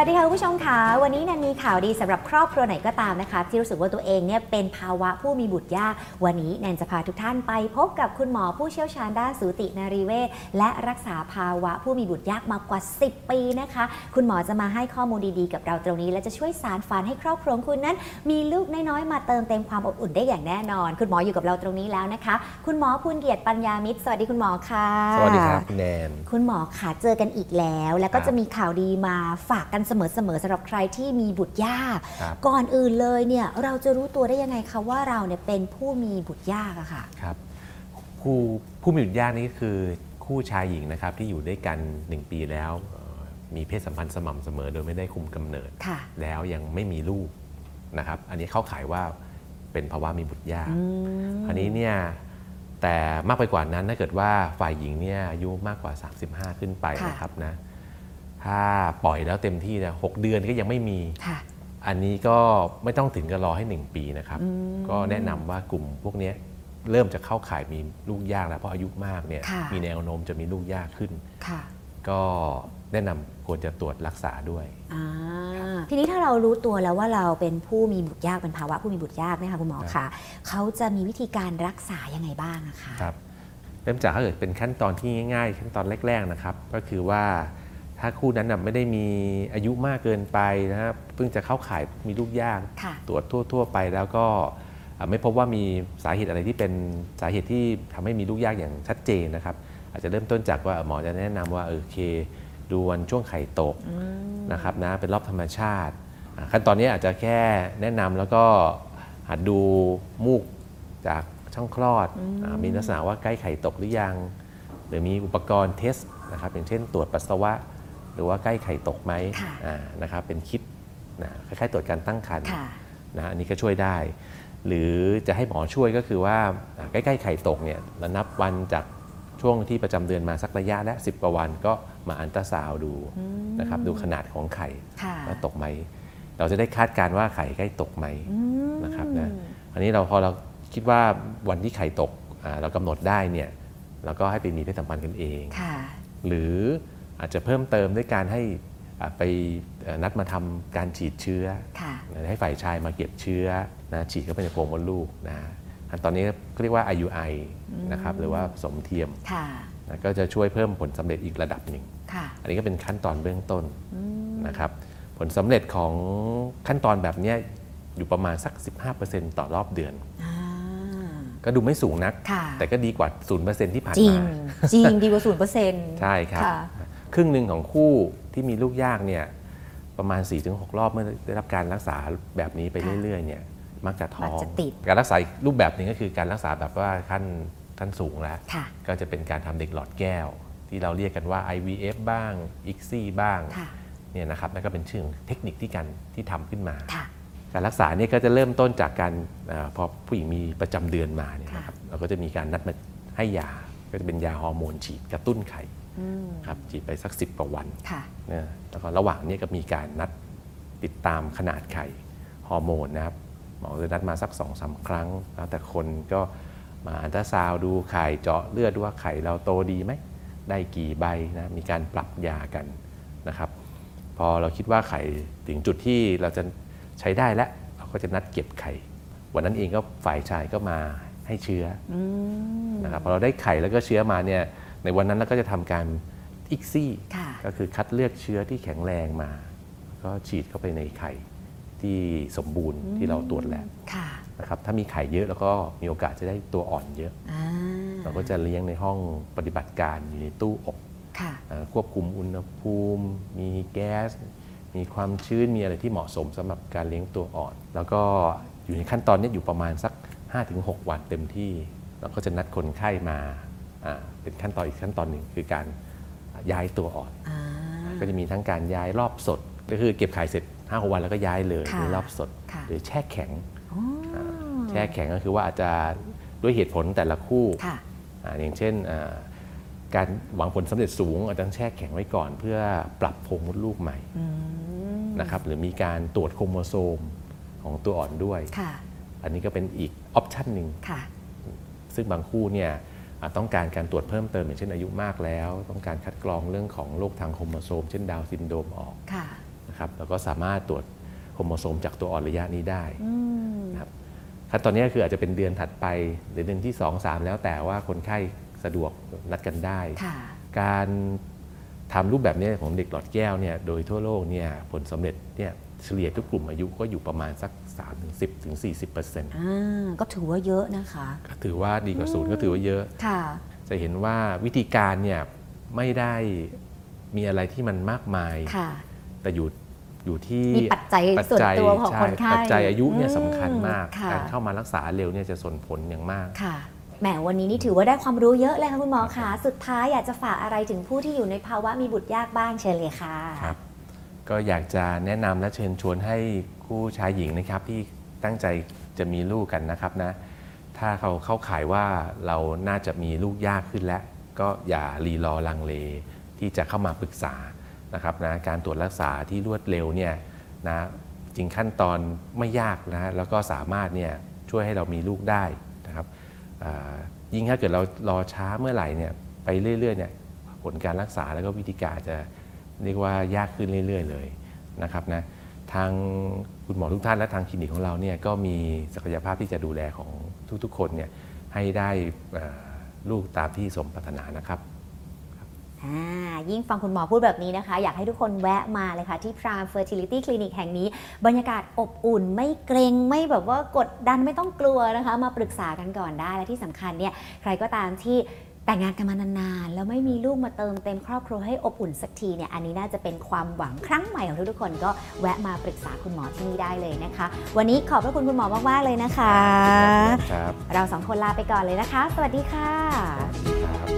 วัสดีค่ะคุณผู้ชมค่ะวันนี้นันมีข่าวดีสำหรับครอบครัวไหนก็ตามนะคะ ที่รู้สึกว่าตัวเองเนี่ยเป็นภาวะผู้มีบุตรยาก วันนี้แนนจะพาทุกท่านไปพบกับคุณหมอผู้เชี่ยวชาญด้านสูตินารีเวชและรักษาภาวะผู้มีบุตรยากมากว่า 10 ปีนะคะ คุณหมอจะมาให้ข้อมูลดีๆ กับเราตรงนี้ และจะช่วยสารฝันให้ครอบครัวของคุณนั้น มีลูกน้อยๆมาเติมเต็มความอบอุ่นได้อย่างแน่นอน คุณหมออยู่กับเราตรงนี้แล้วนะคะ คุณหมอภูนเกียรติปัญญามิตรสวัสดีคุณหมอค่ะ สวัสดีครับคุณแนน คุณหมอค่ะเจอกันอีกแล้ว แล้วก็ ครับ จะมีข่าวดีมาฝากกันเสมอๆสำหรับใครที่มีบุตรยาก ครับ ก่อนอื่นเลยเนี่ยเราจะรู้ตัวได้ยังไงคะว่าเราเนี่ยเป็นผู้มีบุตรยากอะค่ะ ครับคู่ผู้มีบุตรยากนี้คือคู่ชายหญิงนะครับที่อยู่ด้วยกัน 1 ปีแล้วเอ่อมีเพศสัมพันธ์สม่ำเสมอโดยไม่ได้คุมกำเนิด ค่ะ แล้วยังไม่มีลูกนะครับอันนี้เข้าขายว่าเป็นภาวะมีบุตรยาก อืม อันนี้เนี่ยแต่มากไปกว่านั้นถ้าเกิดว่าฝ่ายหญิงเนี่ยอายุมากกว่า 35 ขึ้นไปนะครับนะถ้าปล่อยแล้วเต็มที่นะหกเดือนก็ยังไม่มี ค่ะ อันนี้ก็ไม่ต้องถึงกับรอให้ 1 ปีนะครับ อืม ก็แนะนำว่ากลุ่มพวกเนี้ยเริ่มจะเข้าข่ายมีลูกยากแล้วเพราะอายุมากเนี่ย ค่ะ มีแนวโน้มจะมีลูกยากขึ้น ค่ะ ก็แนะนำควรจะตรวจรักษาด้วย อ่าทีนี้ถ้าเรารู้ตัวแล้วว่าเราเป็นผู้มีบุตรยากเป็นภาวะผู้มีบุตรยากเนี่ยค่ะคุณหมอ ครั คะ บ เขาจะมีวิธีการรักษายังไงบ้างอะคะ ครับเริ่มจากถ้าเกิดเป็นขั้นตอนที่ง่าย ๆ ขั้นตอนแรกๆนะครับ ก็คือว่าถ้าคู่นั้นนะไม่ได้มีอายุมากเกินไปนะครับเพิ่งจะเข้าข่ายมีลูกยาก ค่ะ ตรวจทั่ว ๆ ไปแล้วก็เอ่อไม่พบว่ามีสาเหตุอะไรที่เป็นสาเหตุที่ทำให้มีลูกยากอย่างชัดเจนนะครับ อาจจะเริ่มต้นจากว่าหมอจะแนะนำว่าเออโอเค ดูวันช่วงไข่ตกนะครับนะเป็นรอบธรรมชาติอ่ะขั้นตอนนี้อาจจะแค่แนะนำแล้วก็หัดดูมูกจากช่องคลอดอ่ะมีลักษณะว่าใกล้ไข่ตกหรือยัง หรือมีอุปกรณ์เทสนะครับอย่างเช่นตรวจปัสสาวะ หรือว่าใกล้ไข่ตกไหม ค่ะ อ่ะนะครับเป็นคิดนะคล้ายๆตรวจการตั้งครรภ์ ค่ะ นะอันนี้ก็ช่วยได้ หรือจะให้หมอช่วยก็คือว่าอ่าใกล้ๆไข่ตกเนี่ยแล้วนับวันจากช่วงที่ประจำเดือนมาสักระยะและ10กว่าวันก็มาอันตราซาวด์ดู อืม นะครับดูขนาดของไข่ ค่ะ ว่าตกไหม เราจะได้คาดการณ์ว่าไข่ใกล้ตกไหม อืม นะครับนะอันนี้เราพอเราคิดว่าวันที่ไข่ตกอ่าเรากำหนดได้เนี่ยเราก็ให้ไปมีเพศสัมพันธ์กันเอง ค่ะ หรืออาจจะเพิ่มเติมด้วยการให้อ่าไปเอ่อนัดมาทำการฉีดเชื้อ ค่ะ ให้ฝ่ายชายมาเก็บเชื้อนะฉีดเข้าไปในโพรงมดลูกนะอันตอนนี้ก็เรียกว่า IUI นะครับหรือว่าผสมเทียม ค่ะ นะก็จะช่วยเพิ่มผลสำเร็จอีกระดับหนึ่ง ค่ะ อันนี้ก็เป็นขั้นตอนเบื้องต้น อืม นะครับผลสำเร็จของขั้นตอนแบบเนี้ยอยู่ประมาณสัก 15%ต่อรอบเดือน อ่า ก็ดูไม่สูงนัก ค่ะ แต่ก็ดีกว่า 0%ที่ผ่าน จริง มา จริง ดีกว่าศูนย์เปอร์เซ็นต์ ใช่ครับ ค่ะ ครึ่งหนึ่งของคู่ที่มีลูกยากเนี่ยประมาณ 4-6 รอบเมื่อได้รับการรักษาแบบนี้ไปเรื่อยๆเนี่ยมักจะท้อง มักจะติด การรักษาอีกรูปแบบหนึ่งก็คือการรักษาแบบว่าขั้นขั้นสูงแล้ว ค่ะ ก็จะเป็นการทำเด็กหลอดแก้ว ที่เราเรียกกันว่า IVF บ้าง ICSI บ้าง ค่ะ เนี่ยนะครับนั่นก็เป็นชื่อของเทคนิคที่การที่ทำขึ้นมา ค่ะ การรักษาเนี่ยก็จะเริ่มต้นจากการเออพอผู้หญิงมีประจำเดือนมาเนี่ยนะครับเราก็จะมีการนัดมาให้ยา ก็จะเป็นยาฮอร์โมนฉีดกระตุ้นไข่ อืม ครับฉีดไปสัก 10กว่าวัน ค่ะ นะแล้วก็ระหว่างเนี้ก็มีการนัดติดตามขนาดไข่ฮอร์โมนนะครับหมอจะนัดมาสัก2อสาครั้ง แล้วแต่คนก็มาอันตราซาวด์ดูไข่เจาะเลือดดูว่าไข่เราโตดีไหม ได้กี่ใบนะมีการปรับยากันนะครับ พอเราคิดว่าไข่ถึงจุดที่เราจะใช้ได้แล้วเราก็จะนัดเก็บไข่ วันนั้นเองก็ฝ่ายชายก็มาให้เชื้ออนะครับพอเราได้ไข่แล้วก็เชื้อมาเนี่ยในวันนั้นเราก็จะทำการอิกซี่ ค่ะ ก็คือคัดเลือกเชื้อที่แข็งแรงมา ก็ฉีดเข้าไปในไข่ที่สมบูรณ์ที่เราตรวจแล้ว ค่ะ นะครับถ้ามีไข่เยอะแล้วก็มีโอกาสจะได้ตัวอ่อนเยอะ อ่า เราก็จะเลี้ยงในห้องปฏิบัติการอยู่ในตู้อบ ค่ะ อ่าควบคุมอุณหภูมิ มีแก๊ส มีความชื้น มีอะไรที่เหมาะสมสำหรับการเลี้ยงตัวอ่อน แล้วก็อยู่ในขั้นตอนเนี้ยอยู่ประมาณสัก 5-6 วันเต็มที่ แล้วก็จะนัดคนไข้มาอ่าเป็นขั้นตอนอีกขั้นตอนหนึ่งคือการย้ายตัวอ่อน อ่า ก็จะมีทั้งการย้ายรอบสด ก็คือเก็บขายเสร็จ5 6วันแล้วก็ย้ายเลย ค่ะ ในรอบสด ค่ะ หรือแช่แข็ง อ๋อ แช่แข็งก็คือว่าอาจจะด้วยเหตุผลแต่ละคู่ ค่ะ อ่าอย่างเช่นอ่าการหวังผลสำเร็จสูงอาจจะต้องแช่แข็งไว้ก่อน เพื่อปรับโพรงมดลูกใหม่ อืม นะครับหรือมีการตรวจโครโมโซมของตัวอ่อนด้วย ค่ะ อันนี้ก็เป็นอีกออปชันหนึ่ง ค่ะ ซึ่งบางคู่เนี่ยอ่าต้องการการตรวจเพิ่มเติมอย่างเช่นอายุมากแล้ว ต้องการคัดกรองเรื่องของโรคทางโครโมโซม เช่นดาวน์ซินโดรมออก ค่ะ นะครับแล้วก็สามารถตรวจโครโมโซมจากตัวอ่อนระยะนี้ได้ อืม นะครับขั้นตอนนี้ก็คืออาจจะเป็นเดือนถัดไปหรือเดือนที่ 2 3 แล้วแต่ว่าคนไข้สะดวกนัดกันได้ ค่ะ การทำรูปแบบนี้ของเด็กหลอดแก้วเนี่ยโดยทั่วโลกเนี่ยผลสำเร็จเนี่ยเฉลี่ยทุกกลุ่มอายุก็อยู่ประมาณสัก 3 1 0ถึง40เปอร์เซ็นต์ อ่า ก็ถือว่าเยอะนะคะ ก็ถือว่าดีกว่าศูน อื ย์ ม ก็ถือว่าเยอะ ค่ะ จะเห็นว่าวิธีการเนี่ยไม่ได้มีอะไรที่มันมากมาย ค่ะ แต่อยู่อยู่ที่ มีปัจจัยส่วนตัวของคนไข้ ปัจจัยอายุเนี่ยสำคัญมาก ค่ะ การเข้ามารักษาเร็วเนี่ยจะส่งผลอย่างมาก ค่ะ แหมวันนี้นี่ถือว่าได้ความรู้เยอะเลยค่ะคุณหมอค่ะ สุดท้ายอยากจะฝากอะไรถึงผู้ที่อยู่ในภาวะมีบุตรยากบ้างเชิญเลยค่ะ ครับก็อยากจะแนะนำและเชิญชวนให้คู่ชายหญิงนะครับที่ตั้งใจจะมีลูกกันนะครับนะ ถ้าเขาเข้าข่ายว่าเราน่าจะมีลูกยากขึ้นแล้ว ก็อย่ารีรอลังเลที่จะเข้ามาปรึกษานะครับนะการตรวจรักษาที่รวดเร็วเนี่ยนะจริงขั้นตอนไม่ยากนะแล้วก็สามารถเนี่ยช่วยให้เรามีลูกได้นะครับอ่ายิ่งถ้าเกิดเรารอช้าเมื่อไหร่เนี่ยไปเรื่อยๆเนี่ยผลการรักษาแล้วก็วิธีการจะ เรียกว่ายากขึ้นเรื่อย ๆ เลยนะครับนะทางคุณหมอทุกท่านและทางคลินิกของเราเนี่ยก็มีศักยภาพที่จะดูแลของทุกๆ คนเนี่ยให้ได้เอ่อลูกตามที่สมปรารถนานะครับ อ่ายิ่งฟังคุณหมอพูดแบบนี้นะคะ อยากให้ทุกคนแวะมาเลยค่ะ ที่พราม Fertility Clinic แห่งนี้ บรรยากาศอบอุ่นไม่เกรงไม่แบบว่ากดดันไม่ต้องกลัวนะคะ มาปรึกษากันก่อนได้ และที่สำคัญเนี่ยใครก็ตามที่แต่งงานกันมานานๆ แล้วไม่มีลูกมาเติมเต็มครอบครัวให้อบอุ่นสักทีเนี่ยอันนี้น่าจะเป็นความหวังครั้งใหม่ของทุกๆคนก็แวะมาปรึกษาคุณหมอที่นี่ได้เลยนะคะ วันนี้ขอบพระคุณคุณหมอมากๆเลยนะคะ ครับ เราสองคนลาไปก่อนเลยนะคะ สวัสดีค่ะ ครับ